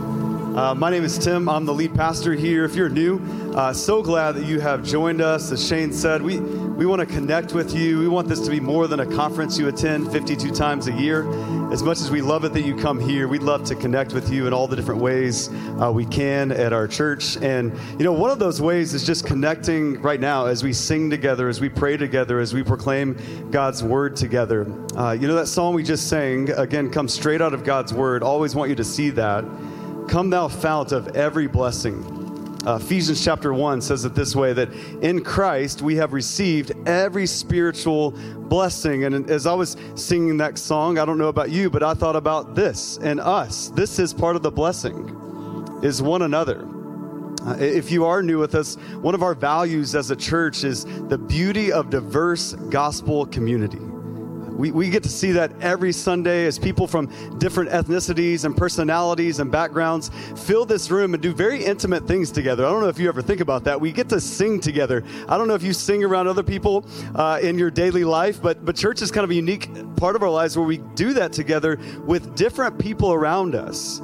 Uh, my name is Tim. I'm the lead pastor here. If you're new, uh, so glad that you have joined us. As Shane said, we, we want to connect with you. We want this to be more than a conference you attend 52 times a year. As much as we love it that you come here, we'd love to connect with you in all the different ways uh, we can at our church. And, you know, one of those ways is just connecting right now as we sing together, as we pray together, as we proclaim God's word together. Uh, you know, that song we just sang, again, comes straight out of God's word. Always want you to see that. Come, thou fount of every blessing. Uh, Ephesians chapter 1 says it this way that in Christ we have received every spiritual blessing. And as I was singing that song, I don't know about you, but I thought about this and us. This is part of the blessing, is one another. Uh, if you are new with us, one of our values as a church is the beauty of diverse gospel community. We, we get to see that every Sunday as people from different ethnicities and personalities and backgrounds fill this room and do very intimate things together. I don't know if you ever think about that. We get to sing together. I don't know if you sing around other people uh, in your daily life, but, but church is kind of a unique part of our lives where we do that together with different people around us.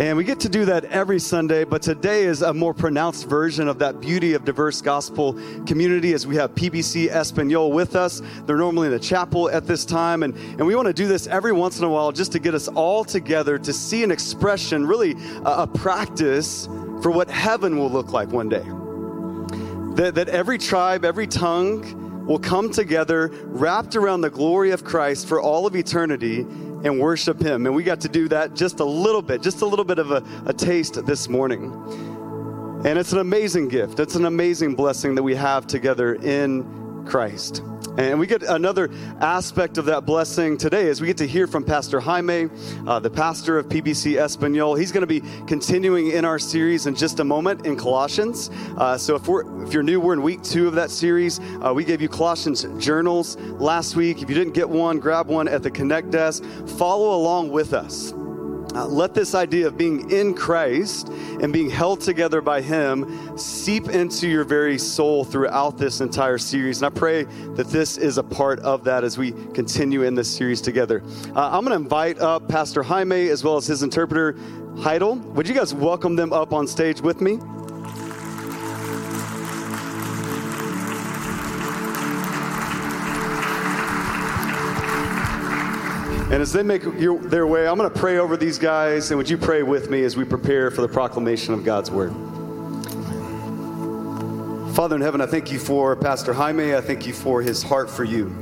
And we get to do that every Sunday, but today is a more pronounced version of that beauty of diverse gospel community as we have PBC Espanol with us. They're normally in the chapel at this time, and, and we want to do this every once in a while just to get us all together to see an expression, really a, a practice for what heaven will look like one day. That, that every tribe, every tongue will come together wrapped around the glory of Christ for all of eternity and worship Him. And we got to do that just a little bit, just a little bit of a, a, taste this morning. And it's an amazing gift. It's an amazing blessing that we have together in Christ. And we get another aspect of that blessing today is we get to hear from Pastor Jaime, uh, the pastor of PBC Espanol. He's going to be continuing in our series in just a moment in Colossians. Uh, so if, we're, if you're new, we're in week two of that series. Uh, we gave you Colossians journals last week. If you didn't get one, grab one at the Connect desk. Follow along with us. Uh, let this idea of being in Christ and being held together by Him seep into your very soul throughout this entire series. And I pray that this is a part of that as we continue in this series together. Uh, I'm going to invite up Pastor Jaime as well as his interpreter, Heidel. Would you guys welcome them up on stage with me? And as they make your, their way, I'm going to pray over these guys, and would you pray with me as we prepare for the proclamation of God's word? Father in heaven, I thank you for Pastor Jaime. I thank you for his heart for you.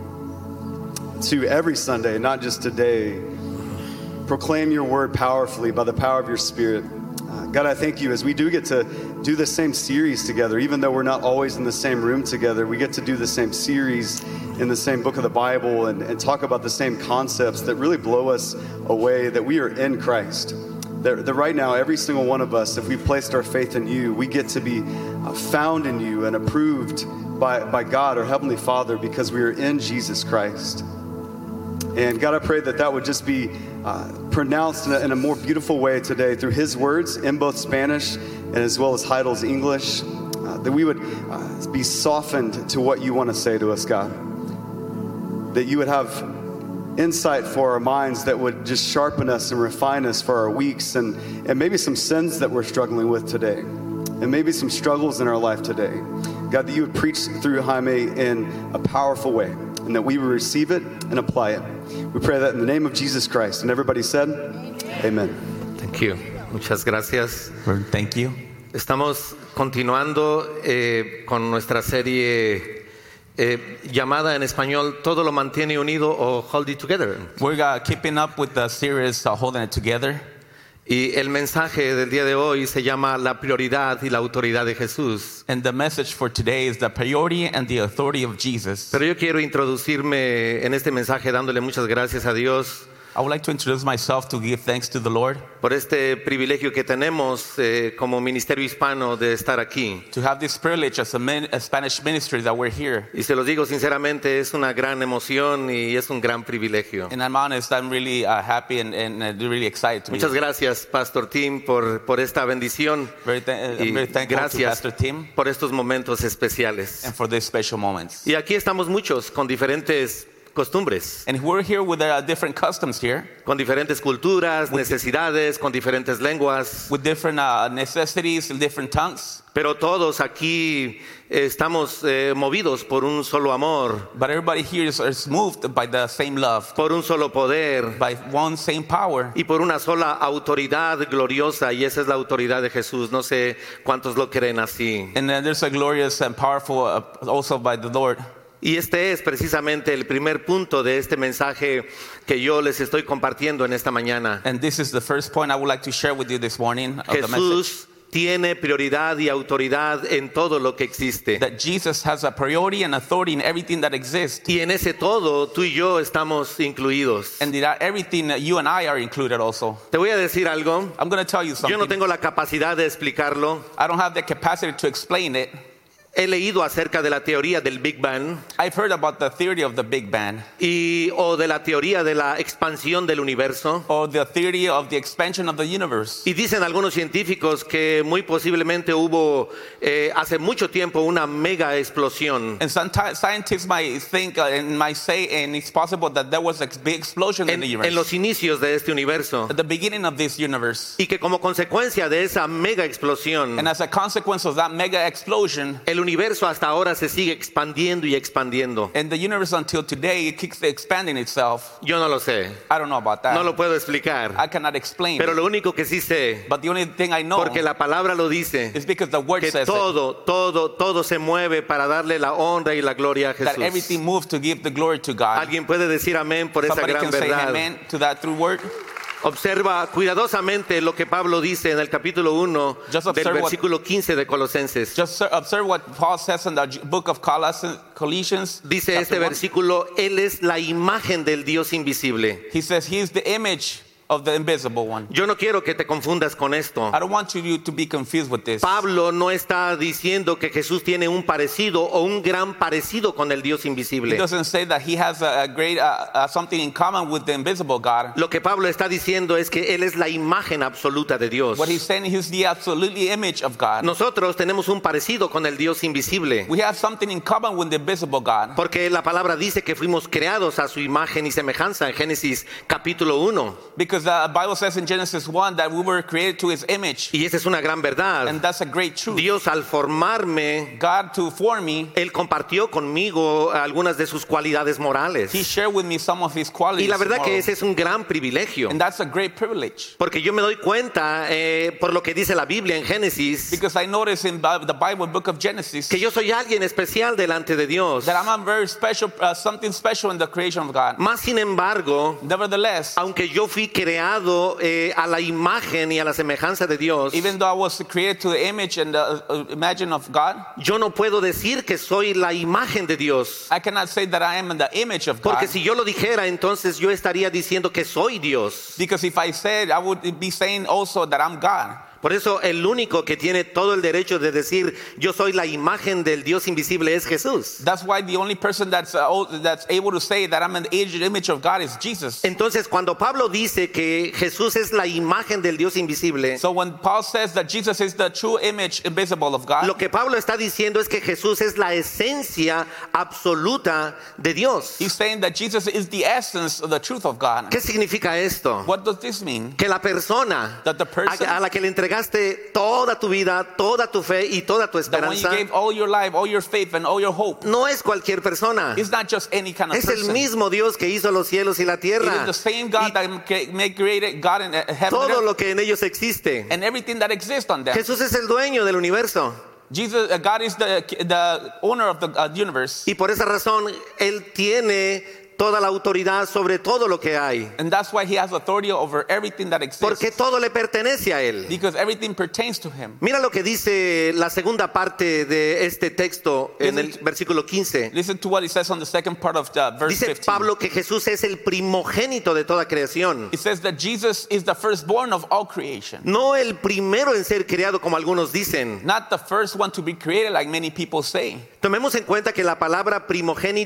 To every Sunday, not just today, proclaim your word powerfully by the power of your spirit. Uh, God, I thank you as we do get to do the same series together, even though we're not always in the same room together, we get to do the same series in the same book of the Bible and, and, talk about the same concepts that really blow us away that we are in Christ. That, that right now, every single one of us, if we placed our faith in you, we get to be uh, found in you and approved by, by God, our Heavenly Father, because we are in Jesus Christ. And God, I pray that that would just be uh, pronounced in a, in a more beautiful way today through His words in both Spanish and as well as Heidel's English, uh, that we would uh, be softened to what you want to say to us, God that you would have insight for our minds that would just sharpen us and refine us for our weeks and, and maybe some sins that we're struggling with today and maybe some struggles in our life today. God, that you would preach through Jaime in a powerful way and that we would receive it and apply it. We pray that in the name of Jesus Christ. And everybody said, Amen. Thank you. Muchas gracias. Lord, thank you. Estamos continuando eh, con nuestra serie Eh, llamada en español Todo lo mantiene unido o Hold It Together. We're uh, keeping up with the series uh, Holding It Together. Y el mensaje del día de hoy se llama La prioridad y la autoridad de Jesús. And the message for today is the priority and the authority of Jesus. Pero yo quiero introducirme en este mensaje dándole muchas gracias a Dios. I would like to introduce myself to give thanks to the Lord. Por este privilegio que tenemos eh, como ministerio hispano de estar aquí. To have this privilege as a, min, a, Spanish ministry that we're here. Y se los digo sinceramente, es una gran emoción y es un gran privilegio. And I'm honest, I'm really uh, happy and, and, and, really excited. To Muchas gracias, Pastor Tim, por, por esta bendición. Very th- I'm very thankful gracias to Pastor Tim Em- por estos momentos especiales. And for these special moments. Y aquí estamos muchos con diferentes costumbres, And we're here with uh, different customs here, con diferentes culturas, necesidades, con diferentes lenguas, with different uh, necessities and different tongues. pero todos aquí eh, estamos eh, movidos por un solo amor, But everybody here is, is moved by the same love, por un solo poder by one same power, y por una sola autoridad gloriosa, y esa es la autoridad de Jesús. No sé cuántos lo creen así. and then there's a glorious and powerful uh, also by the Lord. Y este es precisamente el primer punto de este mensaje que yo les estoy compartiendo en esta mañana. And this is the first point I would like to share with you this morning of the message Jesús tiene prioridad y autoridad en todo lo que existe. that Jesus has a priority and authority in everything that exists, Y en ese todo tú y yo estamos incluidos. and that everything that you and I are included also. Te voy a decir algo. I'm going to tell you something. Yo no tengo la capacidad de explicarlo. I don't have the capacity to explain it. He leído acerca de la teoría del Big Bang I've heard about the theory of the Big Bang, y o de la teoría de la expansión del universo. or the theory of the expansion of the universe. Y dicen algunos científicos que muy posiblemente hubo eh, hace mucho tiempo una mega explosión And sometimes scientists might think uh, and might say, and it's possible that there was a big explosion in en, the en universe, los inicios de este universo. at the beginning of this universe. Y que como consecuencia de esa mega explosión, And as a consequence of that mega explosion, El universo hasta ahora se sigue expandiendo y expandiendo. and the universe until today, it keeps expanding itself. Yo no lo sé, I don't know about that. no lo puedo explicar, I cannot explain. pero it. lo único que sí sé, but the only thing I know porque la palabra lo dice, is because the word que says it, todo, todo, todo se mueve para darle la honra y la gloria a that everything Jesús. moves to give the glory to God. Alguien puede decir amén por esa Somebody gran can say verdad. amen to that through word. Observa cuidadosamente lo que Pablo dice en el capítulo 1 Just del observe what- versículo 15 de Colosenses. Just ser- observe what Paul says in the book of Colossians. Colossians Dice chapter este one. versículo, Él es la imagen del Dios invisible. He says he is the image of the invisible one. Yo no quiero que te confundas con esto. I don't want you to be confused with this. Pablo no está diciendo que Jesús tiene un parecido o un gran parecido con el Dios He invisible. doesn't say that he has a, a great uh, uh, something in common with the invisible God. Lo que Pablo está diciendo es que Él es la imagen absoluta de Dios. What he's saying is the absolutely image of God. Nosotros tenemos un parecido con el Dios invisible, We have something in common with the invisible God. porque la palabra dice que fuimos creados a su imagen y semejanza en Génesis capítulo 1. Because the Bible says in Genesis 1 that we were created to his image. Y esa es una gran And verdad. that's a great truth. Dios al formarme, God to form me, Él compartió conmigo algunas de sus cualidades he morales. shared with me some of his qualities. Y la verdad que moral. ese es un gran privilegio. and that's a great privilege. Porque yo me doy cuenta, eh, por lo que dice la Biblia en Génesis, Because I notice in Bi- the Bible book of Genesis que yo soy alguien especial delante de Dios. that I'm a very special, uh, something special in the creation of God. Más sin embargo, Nevertheless, aunque yo fui creado eh, a la imagen y a la semejanza de Dios, even though I was created to the image and the uh, imagine of God, yo no puedo decir que soy la imagen de Dios. I cannot say that I am in the image of God. Porque si yo lo dijera, entonces yo estaría diciendo que soy Dios. because if I said, I would be saying also that I'm God. Por eso el único que tiene todo el derecho de decir yo soy la imagen del Dios invisible es Jesús. That's why the only person that's uh, o- that's able to say that I'm an aged image of God is Jesus. Entonces cuando Pablo dice que Jesús es la imagen del Dios invisible, So when Paul says that Jesus is the true image invisible of Lo God, que Pablo está diciendo es que Jesús es la esencia absoluta de Dios. he's saying that Jesus is the essence of the truth of God. ¿Qué significa esto? What does this mean? Que la persona That the person- a a la que le entregaste toda tu vida, toda tu fe y toda tu That when you esperanza gave all your life, all your faith, and all your hope, no es cualquier persona. it's not just any kind of Es el person. It mismo Dios que hizo los cielos y la is tierra. the same Y God that cre- made created God in uh, heaven and, todo earth, lo que en ellos existe. and everything that exists on them. Jesús es el dueño del universo. Jesus, uh, God is the the owner of the uh, universe, Y por esa razón, Él tiene toda la autoridad sobre todo lo que hay. and that's why He has authority over everything that exists. Porque todo le pertenece a Él. Because everything pertains to him. Mira lo que dice la segunda parte de este texto en el versículo 15. Listen to what he says on the second part of the verse Dice 15. Pablo que Jesús es el primogénito de toda creación. It says that Jesus is the firstborn of all creation, No el primero en ser creado como algunos dicen. not the first one to be created, like many people say. Tomemos en cuenta que la palabra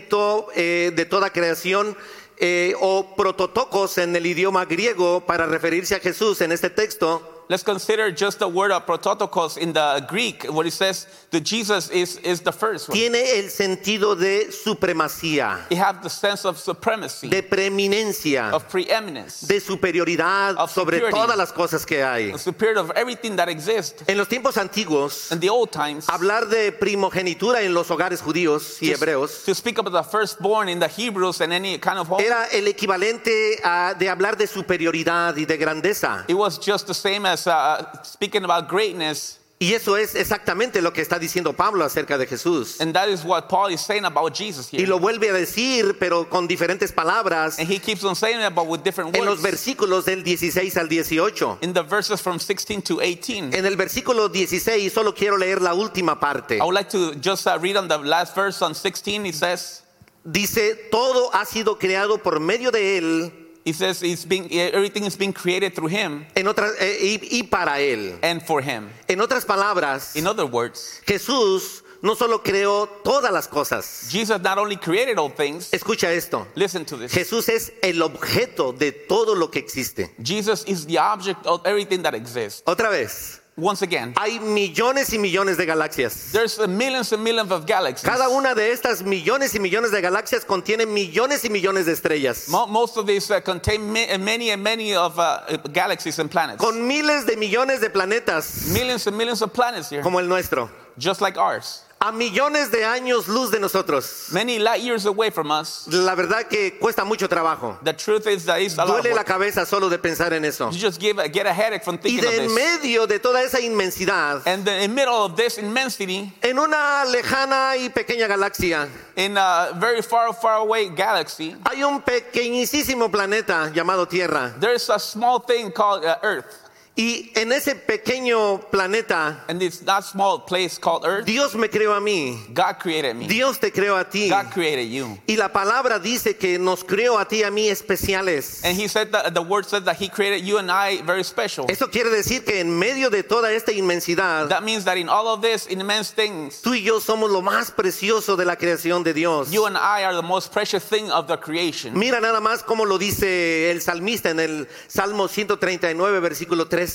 primogénito eh, de toda creación eh, o prototocos en el idioma griego para referirse a Jesús en este texto let's consider just the word of prototokos in the Greek, where it says that Jesus is, is the first one. Tiene el sentido de supremacía, It has the sense of supremacy, de preeminencia, of preeminence, de superioridad Of sobre superiority. todas las cosas que hay. the superior of everything that exists. En los tiempos antiguos, In the old times, hablar de primogenitura en los hogares judíos y hebreos to speak about the firstborn in the Hebrews and any kind of home, era el equivalente a- de hablar de superioridad y de grandeza. it was just the same as uh, speaking about greatness. Y eso es exactamente lo que está diciendo Pablo acerca de Jesús. And that is what Paul is saying about Jesus Y here. lo vuelve a decir, pero con diferentes palabras, And he keeps on saying it, but with different en los words. versículos del 16 al 18. In the verses from 16 to 18, En el versículo 16 solo quiero leer la última parte. I would like to just uh, read on the last verse on 16. He says, Dice, todo ha sido creado por medio de Él He says, it's being, everything is being created through him en otras, eh, y, y para Él. and for him. En otras palabras, In other words, Jesús no solo creó todas las cosas. Jesus not only created all things, Escucha esto. listen to this. Jesús es el objeto de todo lo que existe. Jesus is the object of everything that exists. Otra vez, Once again, hay millones y millones de galaxias. there's uh, millions and millions of galaxies. Cada una de estas millones y millones de galaxias contiene millones y millones de estrellas. Mo- Most of these uh, contain ma- many and many of uh, galaxies and planets. Con miles de millones de planetas Millions and millions of planets here, como el nuestro. just like ours. A millones de años luz de nosotros. Many light years away from us. La verdad que cuesta mucho trabajo. The truth is that it's a lot of Duele la work. cabeza solo de pensar en eso. You just give, get a headache from Y thinking of de en this. medio de toda esa inmensidad, And then in the middle of this immensity, en una lejana y pequeña galaxia, in a very far, far away galaxy, hay un pequeñísimo planeta llamado Tierra. there's a small thing called uh, Earth. Y en ese pequeño planeta, And it's that small place called Earth. Dios me creó a mí. God created me. Dios te creó a ti. God created you. Y la palabra dice que nos creó a ti y a mí especiales. And he said that the word said that he created you and I very special. Eso quiere decir que en medio de toda esta inmensidad, That means that in all of this immense things, tú y yo somos lo más precioso de la creación de Dios. you and I are the most precious thing of the creation. Mira nada más cómo lo dice el salmista en el Salmo 139, versículo 13.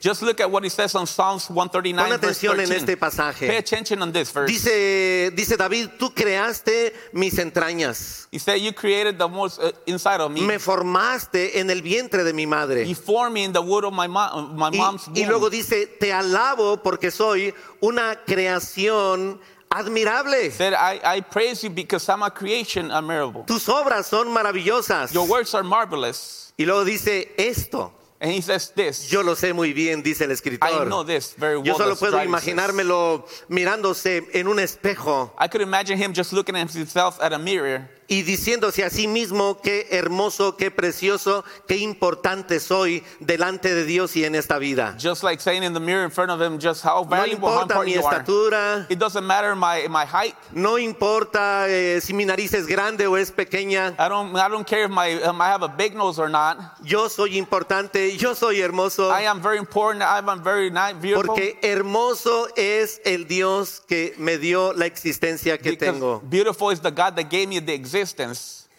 Just look at what he says on Psalms 139 Pon verse atención en 13. este pasaje. Pay attention on this verse. Dice, dice David, tú creaste mis entrañas, he said, "You created the most uh, inside of me. me formaste en el vientre de mi you madre. formed me in the wood of my, mo- uh, my Y, mom's womb." y luego dice, te alabo porque soy una creación admirable. said, I, "I praise you because I'm a creation admirable. Tus obras son maravillosas. Your works are marvelous." Y luego dice esto. And he says this. Yo lo sé muy bien, dice el I know escritor. this very well. Yo solo that's puedo driving this. imaginármelo mirándose en un espejo I could imagine him just looking at himself at a mirror y diciéndose a sí mismo qué hermoso, qué precioso, qué importante soy delante de Dios y en esta vida. just like saying in the mirror in front of him just how No valuable, how importa important mi you are. estatura, It doesn't matter my, my height. no importa eh, si mi nariz es grande o es pequeña, I don't, I don't care if my, um, I have a big nose or not. yo soy importante, yo soy hermoso, I am very important. I am very ni- beautiful. porque hermoso es el Dios que me dio la existencia que because tengo. beautiful is the God that gave me the existence.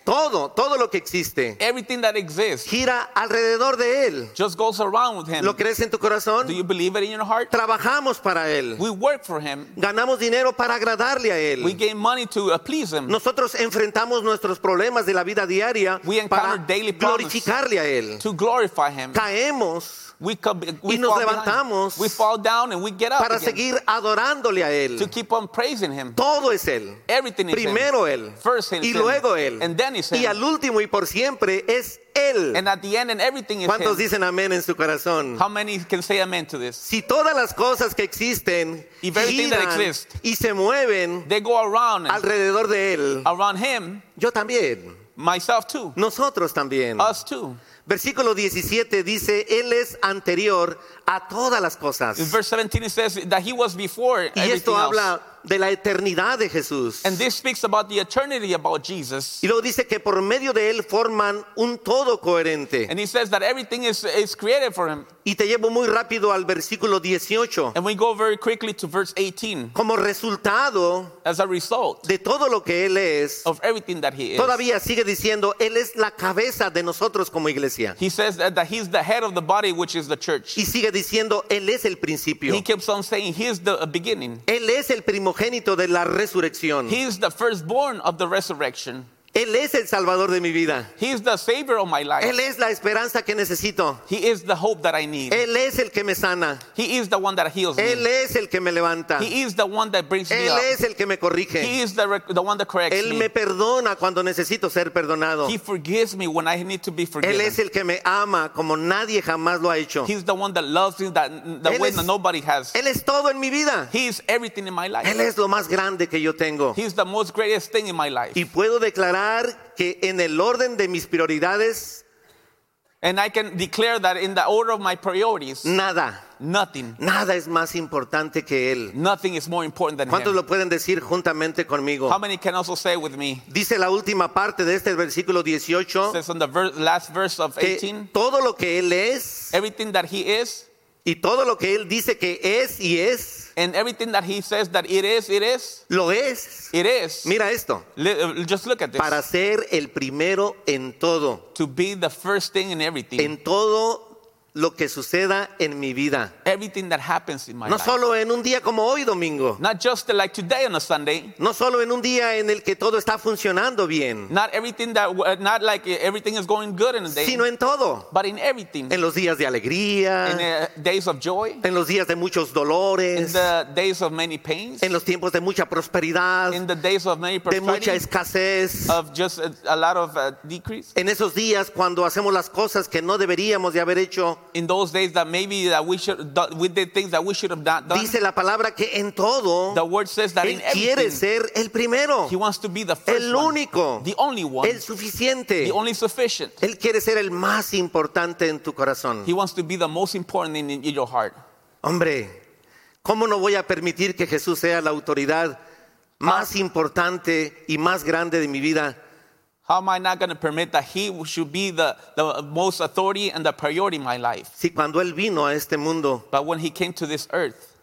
Todo, todo lo que existe Everything that exists gira alrededor de Él. just goes around with him. ¿Lo crees en tu Do corazón? you believe it in your heart? Trabajamos para Él. We work for him. Ganamos dinero para agradarle a We Él. gain money to uh, please him. Nosotros enfrentamos nuestros problemas de la vida diaria We para encounter daily problems. glorificarle a Él. to glorify him. Caemos We, co- we, Y nos fall behind. levantamos we fall down and we get up para again seguir adorándole a to Él. keep on praising him. Todo es Él. Everything is him. Primero Él. First it's Y him. luego Él. And then it's him. Y al último y por siempre es Él. And at the end and everything is ¿Cuántos him. dicen amén en su corazón? How many can say amen to this? Si todas las cosas que existen If everything that giran exists- y se mueven They go around and alrededor de Él, around him, yo también, myself too, nosotros también. us too. Versículo 17 dice, Él es anterior a todas las cosas. In verse 17 it says that he was before Y everything esto else. habla de la eternidad de Jesús. And this speaks about the eternity about Jesus. Y luego dice que por medio de Él forman un todo coherente. And he says that everything is, is created for him. Y te llevo muy rápido al versículo 18. And we go very quickly to verse 18. Como resultado As a result de todo lo que Él es, of everything that he is. todavía sigue diciendo, Él es la cabeza de nosotros como iglesia. He says that, that he's the head of the body, which is the church. Y sigue diciendo, Él es el principio. He keeps on saying he's the uh, beginning. Él es el primogénito de la resurrección. He's the firstborn of the resurrection. Él es el salvador de mi vida. He's the savior of my life. Él es la esperanza que necesito. He is the hope that I need. Él es el que me sana. He is the one that heals Él me. es el que me levanta. He is the one that brings me Él up. es el que me He corrige. is the, rec- the one that corrects Él me. me perdona cuando necesito ser perdonado. He forgives me when I need to be Él es forgiven. el que me ama como nadie jamás lo ha hecho. He's the one that loves me that the Él way es- that nobody has. Él es todo en mi vida. He is everything in my Él life. es lo más grande que yo tengo. He's the most greatest thing in my life. Y puedo declarar que en el orden de mis prioridades, And I can declare that in the order of my priorities, Mm. nada, nothing, nada es más importante que Él. nothing is more important than ¿Cuántos him. lo pueden decir juntamente conmigo? How many can also say with me? Dice la última parte de este versículo 18 says on the ver- last verse of que 18, todo lo que Él es everything that he is y todo lo que Él dice que es y es, and everything that he says that it is, it is, lo es. it is. Mira esto, Li- uh, Just look at this. para ser el primero en todo, to be the first thing in everything. en todo lo que suceda en mi vida. everything that happens in my No life. solo en un día como hoy domingo, Not just uh, like today on a Sunday. no solo en un día en el que todo está funcionando bien, Not everything that, uh, not like everything is going good in a day, sino en todo, but in everything. en los días de in alegría, the days of joy, en los días de muchos in dolores, the days of many pains, en los tiempos de mucha prosperidad, in the days of many de mucha prosperity, escasez, of just a, a lot of uh, decrease. en esos días cuando hacemos las cosas que no deberíamos de haber hecho. In those days that maybe that we should that we did things that we should have not done. Dice la palabra que en todo The word says that in Él quiere everything ser el primero, he wants to be the first el one, único, the only one, el suficiente. the only sufficient. Él quiere ser el más importante en tu corazón. He wants to be the most important in, in your heart. Hombre, ¿cómo no voy a permitir que Jesús sea la autoridad más importante y más grande de mi vida? How am I not going to permit that he should be the, the most authority and the priority in my life? Si cuando Él vino a este mundo, But when he came to this earth,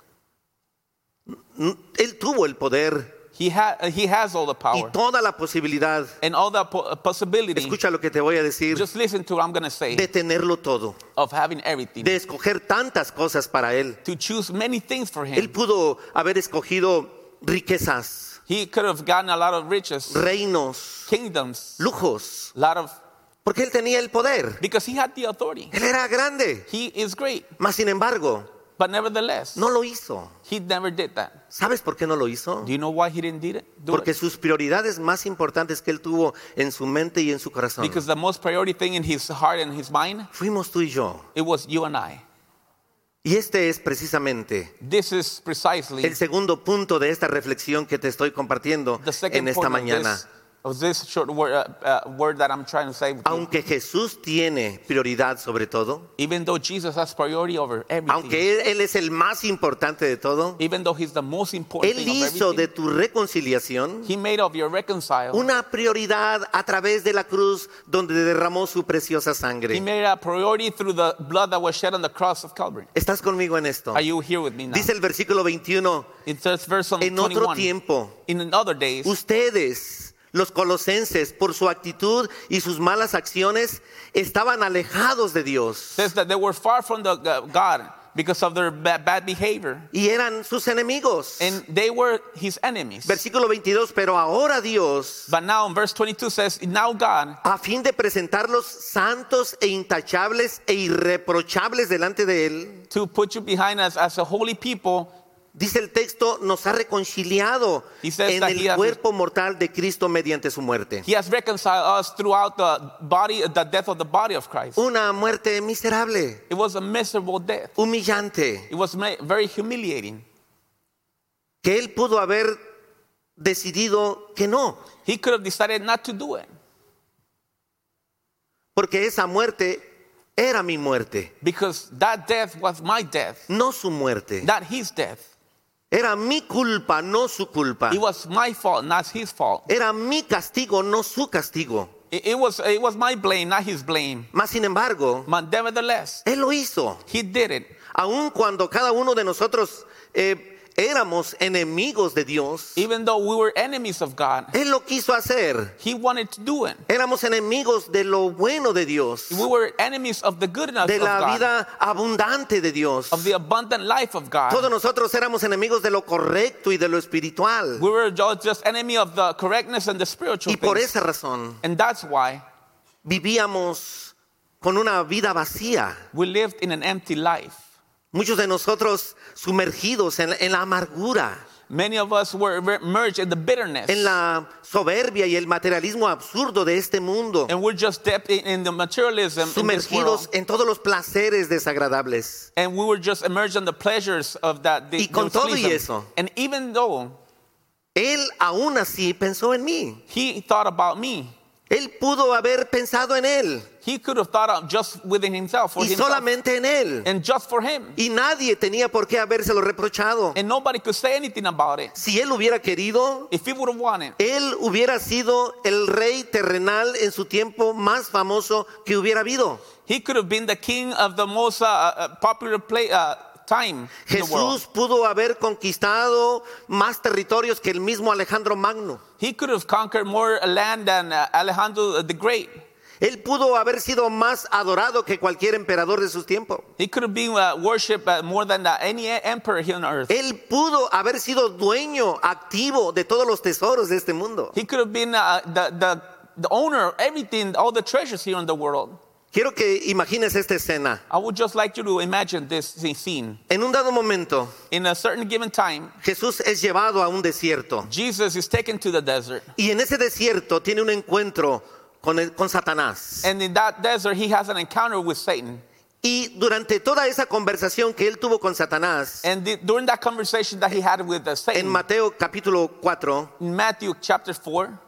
n- Él tuvo el poder he, ha- he has all the y power toda la posibilidad, and all the po- uh, possibility. escucha lo que te voy a decir, Just listen to what I'm going to say de tenerlo todo, of having everything, de escoger tantas cosas para Él. to choose many things for Él him. pudo haber escogido riquezas, He could have gotten a lot of riches, reinos, kingdoms, lujos, a lot of, porque Él tenía el poder. because he had the authority. Él era grande, He is great, mas sin embargo, but nevertheless, no lo hizo. he never did that. ¿Sabes por qué no lo hizo? Do you know why he didn't did it? do Porque it? sus prioridades más importantes que él tuvo en su mente y en su corazón Because the most priority thing in his heart and his mind, fuimos tú y yo. it was you and I. Y este es precisamente This is precisely el segundo punto de esta reflexión que te estoy compartiendo the second en esta point of mañana. this, of this short word, uh, uh, word that I'm trying to say. with you. Aunque Jesús tiene prioridad sobre todo, Even though Jesus has priority over everything, aunque Él- Él es el más importante de todo, even though he's the most important Él thing of hizo everything, de tu reconciliación He made of your reconcile. una prioridad a través de la cruz donde derramó su preciosa He sangre. made a priority through the blood that was shed on the cross of Calvary. ¿Estás conmigo en esto? Are you here with me now? Dice el versículo 21, in third verse on en 21. otro tiempo, in another days, ustedes, los colosenses, por su actitud y sus malas acciones, estaban alejados de Dios says that they were far from the uh, God because of their ba- bad behavior, y eran sus enemigos. and they were His enemies. Versículo 22, pero ahora Dios, but now, in verse 22 says, now God, a fin de presentarlos santos e intachables e irreprochables delante de Él, to put you behind us as a holy people, Dice el texto, nos ha reconciliado He says en that he el has- cuerpo mortal de Cristo mediante su muerte. He has reconciled us throughout the body, the death of the body of Christ. Una muerte miserable, It was a miserable death. humillante, It was ma- very humiliating. que él pudo haber decidido que no, He could have decided not to do it. porque esa muerte era mi muerte, Because that death was my death, no su muerte. not his death. Era mi culpa, no su culpa. It was my fault, not his fault. Era mi castigo, no su castigo. It, it was, it was my blame, not his blame. Mas sin embargo, But nevertheless, él lo hizo, he did it. aun cuando cada uno de nosotros eh, éramos enemigos de Dios, Even though we were enemies of God, Él lo quiso hacer. He wanted to do it. Éramos enemigos de lo bueno de Dios, We were enemies of the goodness de of la God, vida abundante de Dios. of the abundant life of God. Todos nosotros éramos enemigos de lo correcto y de lo espiritual. We were ju- just enemy of the correctness and the spiritual Y por things. esa razón And that's why vivíamos con una vida vacía. we lived in an empty life. Muchos de nosotros sumergidos en, en la amargura, Many of us were ver- merged in the bitterness. en la soberbia y el materialismo absurdo de este mundo, and we're just deep in, in the materialism in this sumergidos world. en todos los placeres desagradables. And we were just immersed in the pleasures of that. The, Y con todo y materialism. eso. And even though Él aún así pensó en mí. he thought about me, Él pudo haber pensado en él he could have thought of just within himself, for y himself, solamente en él. and just for him. Y nadie tenía por qué habérselo reprochado. And nobody could say anything about it. Si él hubiera querido, If he would have wanted, él hubiera sido el rey terrenal en su tiempo más famoso que hubiera habido. he could have been the king of the most uh, uh, popular play, uh, time in the world. Jesús pudo haber conquistado más territorios que el mismo Alejandro Magno. He could have conquered more land than uh, Alejandro the Great. Él pudo haber sido más adorado que cualquier emperador de su tiempo. He could have been uh, worshipped uh, more than uh, any emperor here on earth. Él pudo haber sido dueño activo de todos los tesoros de este mundo. He could have been uh, the, the, the owner of everything, all the treasures here in the world. Quiero que imagines esta escena. I would just like you to imagine this scene. En un dado momento, In a certain given time, Jesús es llevado a un desierto Jesus is taken to the desert. y en ese desierto tiene un encuentro con, el- con Satanás. And in that desert, he has an encounter with Satan. Y durante toda esa conversación que él tuvo con Satanás, And the, during that conversation that he had with uh, en Satan, Mateo capítulo 4, in Matthew chapter 4,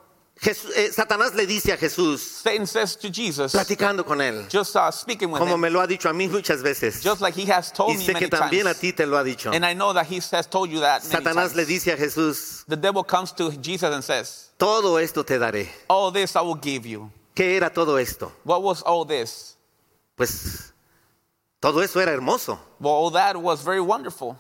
Jesu- eh, Satanás le dice a Jesús, Satan says to Jesus, platicando con él, just uh, speaking with como him, me lo ha dicho a mí muchas veces, just like he has told y me sé many que también a times. ti te lo ha dicho. And I know that he has told you that many Satanás le times. dice a Jesús, The devil comes to Jesus and says, todo esto te daré. all this I will give you. ¿Qué era todo esto? What was all this? Pues todo eso era hermoso. Well, all that was very wonderful.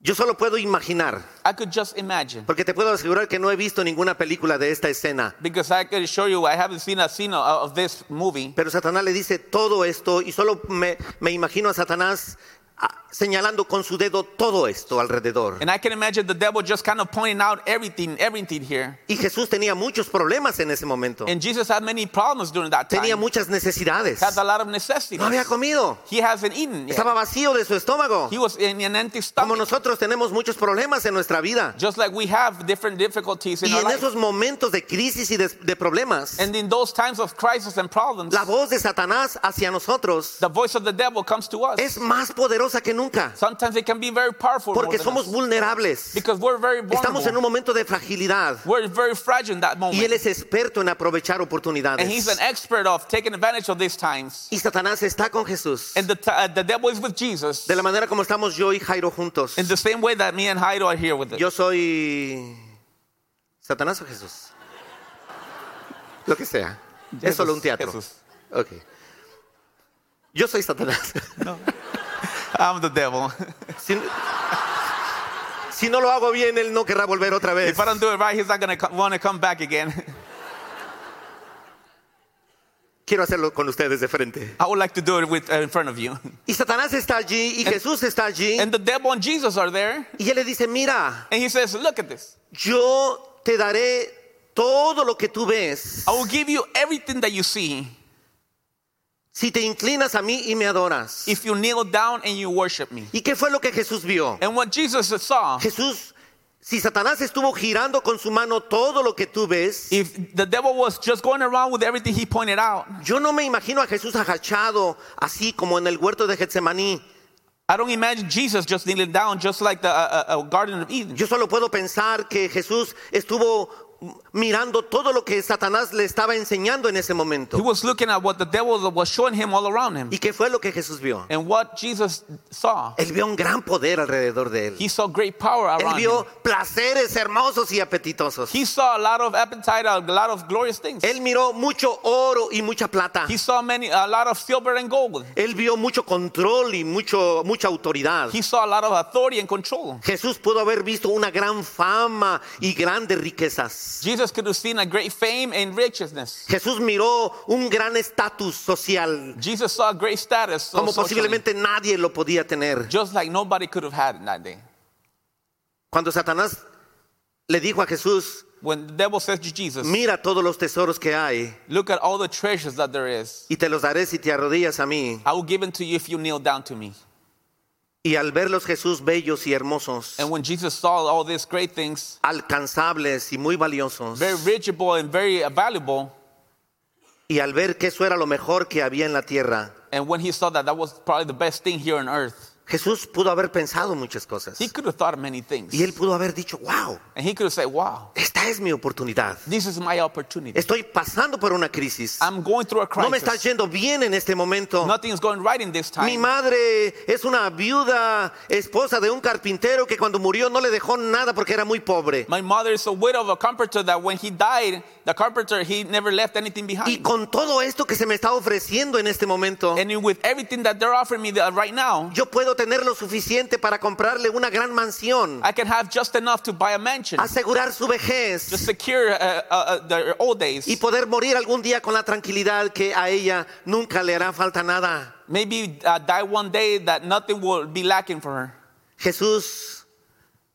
Yo solo puedo imaginar, I could just imagine. porque te puedo asegurar que no he visto ninguna película de esta escena. Because I can assure you, I haven't seen a scene of of this movie. Pero Satanás le dice todo esto y solo me, me imagino a Satanás ah, señalando con su dedo todo esto alrededor. And I can imagine the devil just kind of pointing out everything, everything here. Y Jesús tenía muchos problemas en ese momento. And Jesus had many problems during that time. Tenía muchas necesidades. had a lot of necessities. No había comido. He hasn't eaten yet. Estaba vacío de su estómago. He was in an empty Como stomach. nosotros tenemos muchos problemas en nuestra vida. Just like we have different difficulties in Y our en life. esos momentos de crisis y de, de problemas, And in those times of crisis and problems, la voz de Satanás hacia nosotros the voice of the devil comes to us. es más poderosa que nunca. Sometimes it can be very powerful. more Porque than somos us. vulnerables. Because we're very vulnerable. Estamos en un momento de fragilidad. We're very fragile in that Y él moment. es experto en aprovechar And he's an oportunidades. expert of taking advantage of these times. Y Satanás está con Jesús. And the, t- uh, the devil is with Jesus. De la manera como estamos yo y Jairo juntos. In the same way that me and Jairo are here with it. Yo soy Satanás o Jesús. Lo que sea. es Jesús, solo un teatro. Jesús. Ok. Yo soy Satanás. I'm the devil. Si, si no lo hago bien, él no querrá volver otra vez. if I don't do it right, he's not going to want to come back again. Quiero hacerlo con ustedes de frente. I would like to do it with, uh, in front of you. Y Satanás está allí y And- Jesús está allí. And the devil and Jesus are there. y él le dice, mira, And he says, Look at this. yo te daré todo lo que tú ves I will give you everything that you see si te inclinas a mí y me adoras. if you kneel down and you worship me. ¿Y qué fue lo que Jesús vio? And what Jesus saw, Jesús, si Satanás estuvo girando con su mano todo lo que tú ves, if the devil was just going around with everything he pointed out, yo no me imagino a Jesús agachado así como en el huerto de Getsemaní. I don't imagine Jesus just kneeling down, just like the uh, uh, uh, Garden of Eden. Yo solo puedo pensar que Jesús estuvo mirando todo lo que Satanás le estaba enseñando en ese momento. He was looking at what the devil was showing him all around him ¿Y qué fue lo que Jesús vio? and what Jesus saw. Él vio un gran poder alrededor de él. He saw great power Él around vio him. placeres hermosos y apetitosos. He saw a lot of appetite, a lot of glorious things. Él miró mucho oro y mucha plata. He saw many, a lot of silver and gold. Él vio mucho control y mucho, mucha autoridad. He saw a lot of authority and control. Jesús pudo haber visto una gran fama y grandes riquezas. Jesus could have seen a great fame and righteousness. Jesús miró un gran estatus social, Jesus saw great status, so como socially, posiblemente nadie lo podía tener. just like nobody could have had in that day. Cuando Satanás le dijo a Jesús, When the devil says to Jesus, mira todos los tesoros que hay "Look at all the treasures that there is. y te los daré si te arrodillas a mí. I will give them to you if you kneel down to me." Y al verlos Jesús bellos y hermosos, And when Jesus saw all these great things, alcanzables y muy valiosos, very reachable and very valuable, y al ver que eso era lo mejor que había en la tierra, and when he saw that that was probably the best thing here on earth, Jesús pudo haber pensado muchas cosas. he could have thought of many things. Y él pudo haber dicho, wow, And he could have said, "Wow, esta es mi oportunidad. this is my opportunity. Estoy pasando por una crisis. I'm going through a No me está crisis. yendo bien en este momento. Nothing's going right in this Mi time. madre es una viuda, esposa de un carpintero que cuando murió no le dejó nada porque era muy pobre. My mother is a widow of a carpenter that when he died, the carpenter, he never left anything Y behind. con todo esto que se me está ofreciendo en este momento, And with everything that they're offering me the- right now, yo puedo tener lo suficiente para comprarle una gran mansión, I can have just enough to buy a mansion, asegurar su to vejez secure uh, uh, uh, their old days. y poder morir algún día con la tranquilidad que a ella nunca le hará falta nada. Maybe uh, die one day that nothing will be lacking for her. Jesús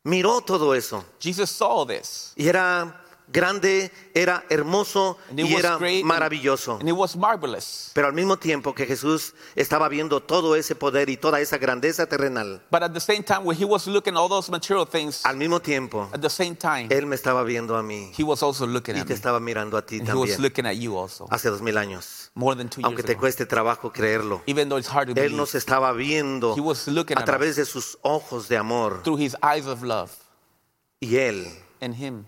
miró todo eso. Jesus saw this. Y era grande, era hermoso And it y was era great and- maravilloso. And it was marvelous. Pero al mismo tiempo que Jesús estaba viendo todo ese poder y toda esa grandeza terrenal, But at the same time, when he was looking at all those material things, al mismo tiempo at the same time, Él me estaba viendo a mí he was also looking y at te me. estaba mirando a ti And he was también looking at you also, hace dos mil años. more than two years Aunque te ago. cueste trabajo creerlo, Even though it's hard to Él believe. nos estaba viendo He was looking a at us través de sus ojos de amor. through his eyes of love Y Él and him.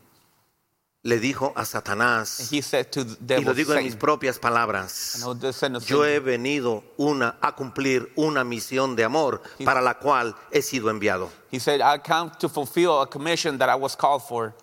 le dijo a And Satanás, he said to the y devil, lo digo en Satan, mis propias palabras, and I'll just send a Yo he thing. venido una, a cumplir una misión de amor para la cual he sido enviado. he said, I come to fulfill a commission that I was called for.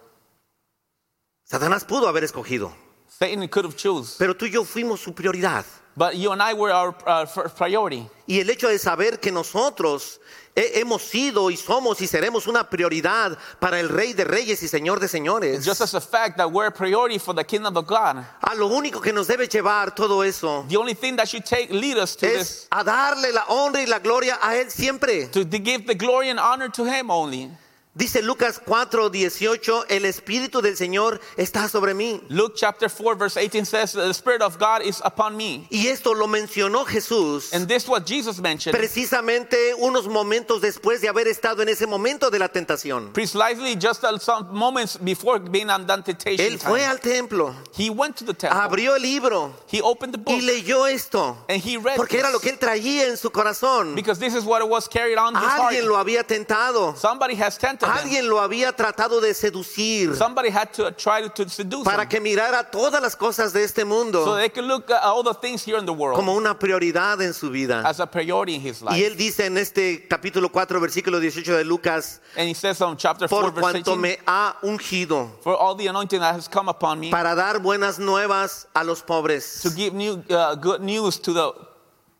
Satanás pudo haber escogido, Satan could have chose, pero tú y yo fuimos su prioridad. but you and I were our uh, first priority. Y el hecho de saber que nosotros he- hemos sido y somos y seremos una prioridad para el Rey de Reyes y Señor de Señores, Just as a fact that we're a priority for the kingdom of God, a lo único que nos debe llevar todo eso the only thing that should take lead us to es this, a darle la honra y la gloria a Él siempre. to, to give the glory and honor to Him only. Dice Lucas 4, 18, el Espíritu del Señor está sobre mí. Luke chapter 4, verse 18 says, The Spirit of God is upon me. Y esto lo mencionó Jesús And this what Jesus mentioned. precisamente unos momentos después de haber estado en ese momento de la tentación. Precisely just at some moments before being on that temptation Él fue time, al templo, he went to the temple. abrió el libro he opened the book Ah, y leyó esto, and he read porque this, era lo que él traía en su corazón. because this is what was carried on his heart. Alguien lo había tentado, Somebody has tempted him. alguien lo había tratado de seducir Somebody had to try to, to seduce para him que mirara todas las cosas de este so mundo they could look at all the things here in the world como una prioridad en su vida. as a priority in his life. Y él dice en este capítulo 4, versículo 18 de Lucas, and he says on chapter 4 por verse cuanto 18, me ha ungido for all the anointing that has come upon me para dar buenas nuevas a los pobres. to give new, uh, good news to the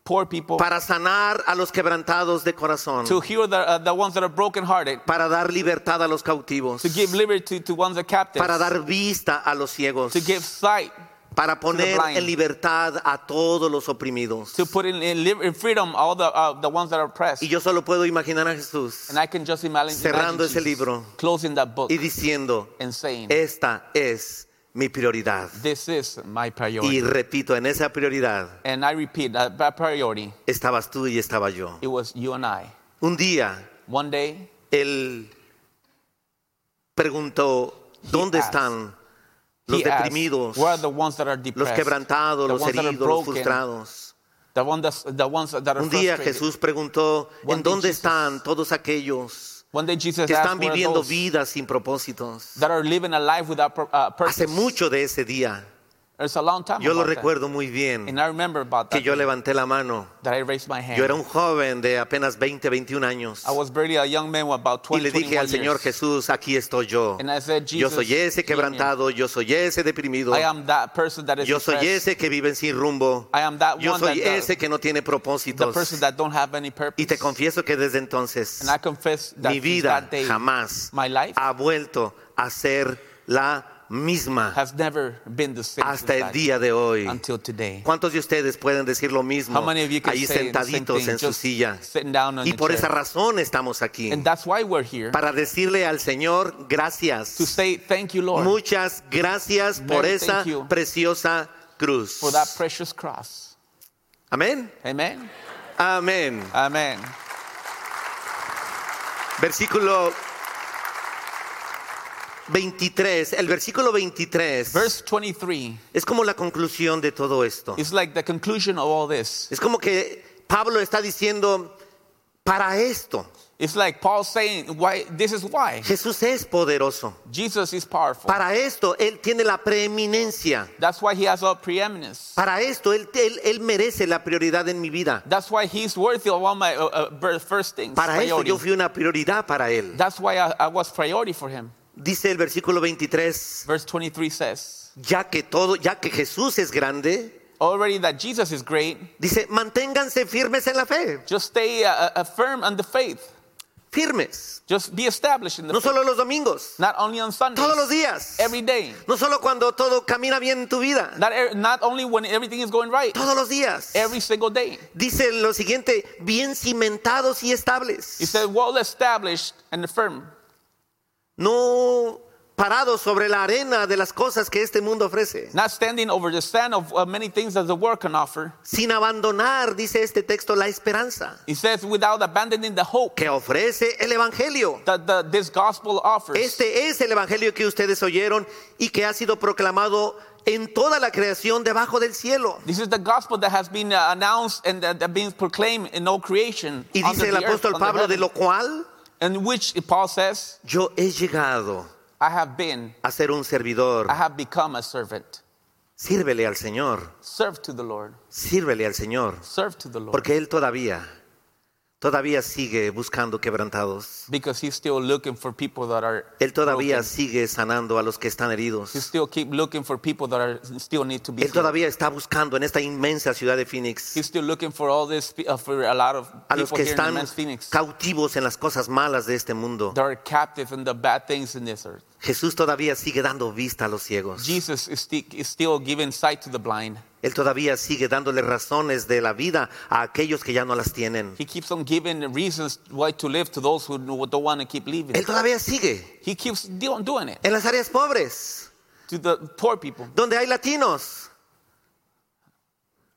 poor people, para sanar a los quebrantados de corazón, to heal the, uh, the ones that are brokenhearted, para dar libertad a los cautivos, to give liberty to ones that are captive, para dar vista a los ciegos, to give sight para poner blind. en libertad a todos los oprimidos. to put in, in, lib- in freedom all the, uh, the ones that are oppressed. Y yo solo puedo imaginar a Jesús and I can just imagine, Cerrando imagine ese Jesus libro. closing that book y Eh. diciendo, and saying, esta es mi prioridad. this is my priority. Y repito, en esa prioridad and I repeat, that, that priority, estabas tú y estaba yo. it was you and I. Un día One day, él preguntó, ¿dónde asked. están los he asked, deprimidos, where are the ones that are los depressed? quebrantados, the los ones that are heridos, los broken, frustrados? the, one that's, the ones that are Un día frustrated. Jesús preguntó, One ¿en day dónde Jesus están todos aquellos One day Jesus que están asked one of viviendo those vidas sin propósitos. that are living a life without pur- uh, purpose. Hace mucho de ese día, It's a long time yo lo about that. recuerdo muy And bien, I remember about que that, yo levanté la mano. that I raised my hand. Yo era un joven de apenas 20, 21 años. I was barely a young man with about Y 20, le dije al 21 Señor years. Jesús, aquí estoy yo. And I said, Yo Jesus, soy ese heal me. quebrantado, yo soy ese deprimido, I am that person that is yo soy depressed, ese que vive sin rumbo, I am that yo one soy that does- ese que no tiene the person propósitos. that don't have any purpose. Y te confieso que desde entonces and I confess that mi since vida that day, jamás my life ha vuelto a ser la misma has never been the same hasta since el that día de hoy. day until today. ¿Cuántos de ustedes pueden decir lo How mismo many of you can ahí say the same sentaditos thing, en su just silla? sitting down on Y the por chair? esa razón estamos aquí, And that's why we're here para decirle al Señor to gracias. say thank you, Lord, Muchas gracias por Many esa thank you. preciosa cruz. for that precious cross. Amén. Amen. Amén. Amen. Versículo 23. El versículo 23 Verse 23 es como la conclusión de todo esto. is like the conclusion of all this. Es como que Pablo está diciendo, para esto, It's like Paul saying, "Why? This is why Jesús es poderoso. Jesus is powerful. Para esto, Él tiene la preeminencia. That's why he has all preeminence. Para esto, Él, él, él merece la prioridad en mi vida. That's why he's worthy of all my uh, uh, bir- first things. Para esto priority. yo fui una prioridad para Él. That's why I, I was priority for him." Dice el versículo 23, Verse 23 says, ya que todo, ya que Jesús es grande, "Already that Jesus is great, dice, manténganse firmes en la fe. just stay uh, uh, firm on the faith. Firmes. Just be established in the No faith. solo los domingos, Not only on Sundays, todos los días. every day. No solo cuando todo camina bien en tu vida, Not, er- not only when everything is going right, todos los días. every single day. Dice lo siguiente, bien cimentados y He estables. said, well established and firm, No parados sobre la arena de las cosas que este mundo ofrece. not standing over the sand of uh, many things that the world can offer. Sin abandonar, dice este texto, la esperanza He says, without abandoning the hope que ofrece el Evangelio. that the, this gospel offers. Este es el evangelio que ustedes oyeron y que ha sido proclamado en toda la creación debajo del cielo. This is the gospel that has been uh, announced and that, that being proclaimed in all creation. Y under dice el the earth, apóstol under Pablo, de heaven. lo cual In which Paul says, yo he llegado I have been, a ser un servidor. I have become a servant. Sírvele al Señor, Serve to the Lord. sírvele al Señor, Serve to the Lord. porque Él todavía, todavía sigue buscando quebrantados. because he's still looking for people that are Él todavía broken. sigue sanando a los que están He heridos. still keep looking for people that are still need to be. Él healed. todavía está buscando en esta inmensa ciudad de Phoenix He's still looking for all this uh, for a lot of a los people que here in están the man's Phoenix cautivos en las cosas malas de este mundo. that are captive in the bad things in this earth. Jesús todavía sigue dando vista a los ciegos. Jesus is, sti- is still giving sight to the blind. Él todavía sigue dándole razones de la vida a aquellos que ya no las tienen. He keeps on giving reasons why to live to those who who don't want to keep living. Él todavía sigue He keeps do- doing it en las áreas pobres, to the poor people. donde hay latinos.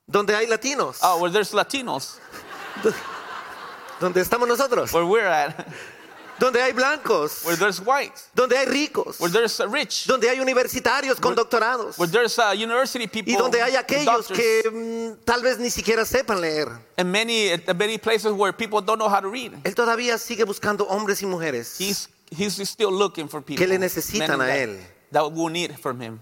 Donde hay latinos. Oh, where there's Latinos, Donde estamos nosotros. where we're at, Donde hay blancos. where there's whites, Donde hay ricos. where there's uh, rich, Donde hay universitarios con doctorados. where there's uh, university people, Y donde hay aquellos doctors. que mm, tal vez ni siquiera sepan leer. in many in many places where people don't know how to read. Él todavía sigue buscando hombres y mujeres He's he's still looking for people. le necesitan men and a that- él. That will need from him.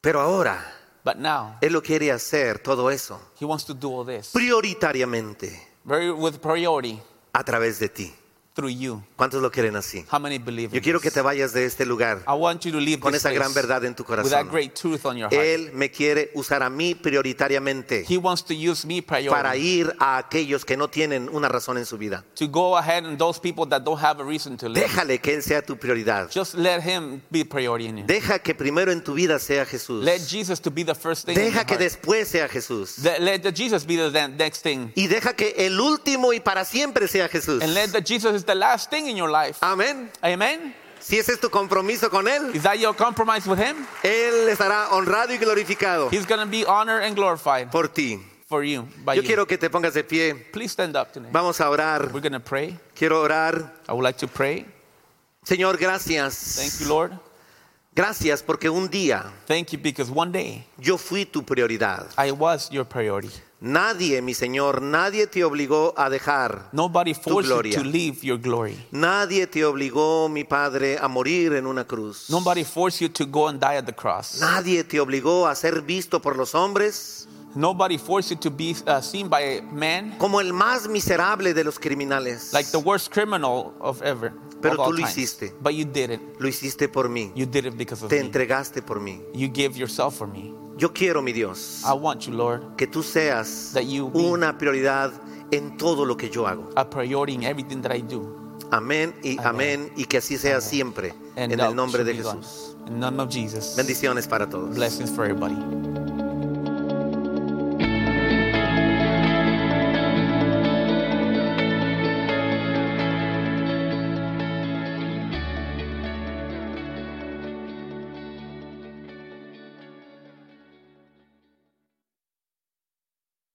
Pero ahora But now Él lo quiere hacer todo eso he wants to do all this prioritariamente very with priority a través de ti. through you. ¿Cuántos lo quieren así? How many believe? Yo in quiero que this? te vayas de este lugar I want you to leave con this esa gran place verdad en tu with that corazón. great truth on your heart. Él me quiere usar a mí prioritariamente he wants to use me para priority ir a aquellos que no tienen una razón en su vida. to go ahead and those people that don't have a reason to live. Déjale que Él sea tu prioridad. Just let him be priority in you. Deja que primero en tu vida sea Jesús. Let Jesus to be the first thing. in your Deja que heart. después sea Jesús. Let- let the Jesus be the then- next thing. Y deja que el último y para siempre sea Jesús. And let the Jesus is the last thing in your life. Amén. Amen. Si ese es tu compromiso con Él, Is that your compromise with him? Él estará honrado y glorificado He's going to be honored and glorified por ti. for you by Yo you. quiero que te pongas de pie. Please stand up tonight. Vamos a orar. We're going to pray. Quiero orar. I would like to pray. Señor, gracias. Thank you, Lord. Gracias porque un día Thank you because one day yo fui tu prioridad. I was your priority. Nadie, mi Señor, nadie te obligó a dejar. Nobody forced you gloria. to leave your glory. Nadie te obligó, mi Padre, a morir en una cruz. Nobody forced you to go and die at the cross. Nadie te obligó a ser visto por los hombres Nobody forced you to be uh, seen by man como el más miserable de los criminales. like the worst criminal of ever. Pero of all tú lo times. hiciste. But you did it. Lo hiciste por mí. You did it because of Te me. entregaste por mí. You gave yourself for me. Yo quiero, mi Dios, I want you, Lord, que tú seas That you be- una prioridad en todo lo que yo hago. a priority in everything that I do. Amén y Amén. amén y que así sea siempre And en that el nombre should de be Jesús. God. In the name of Jesus. Bendiciones para todos. Blessings for everybody.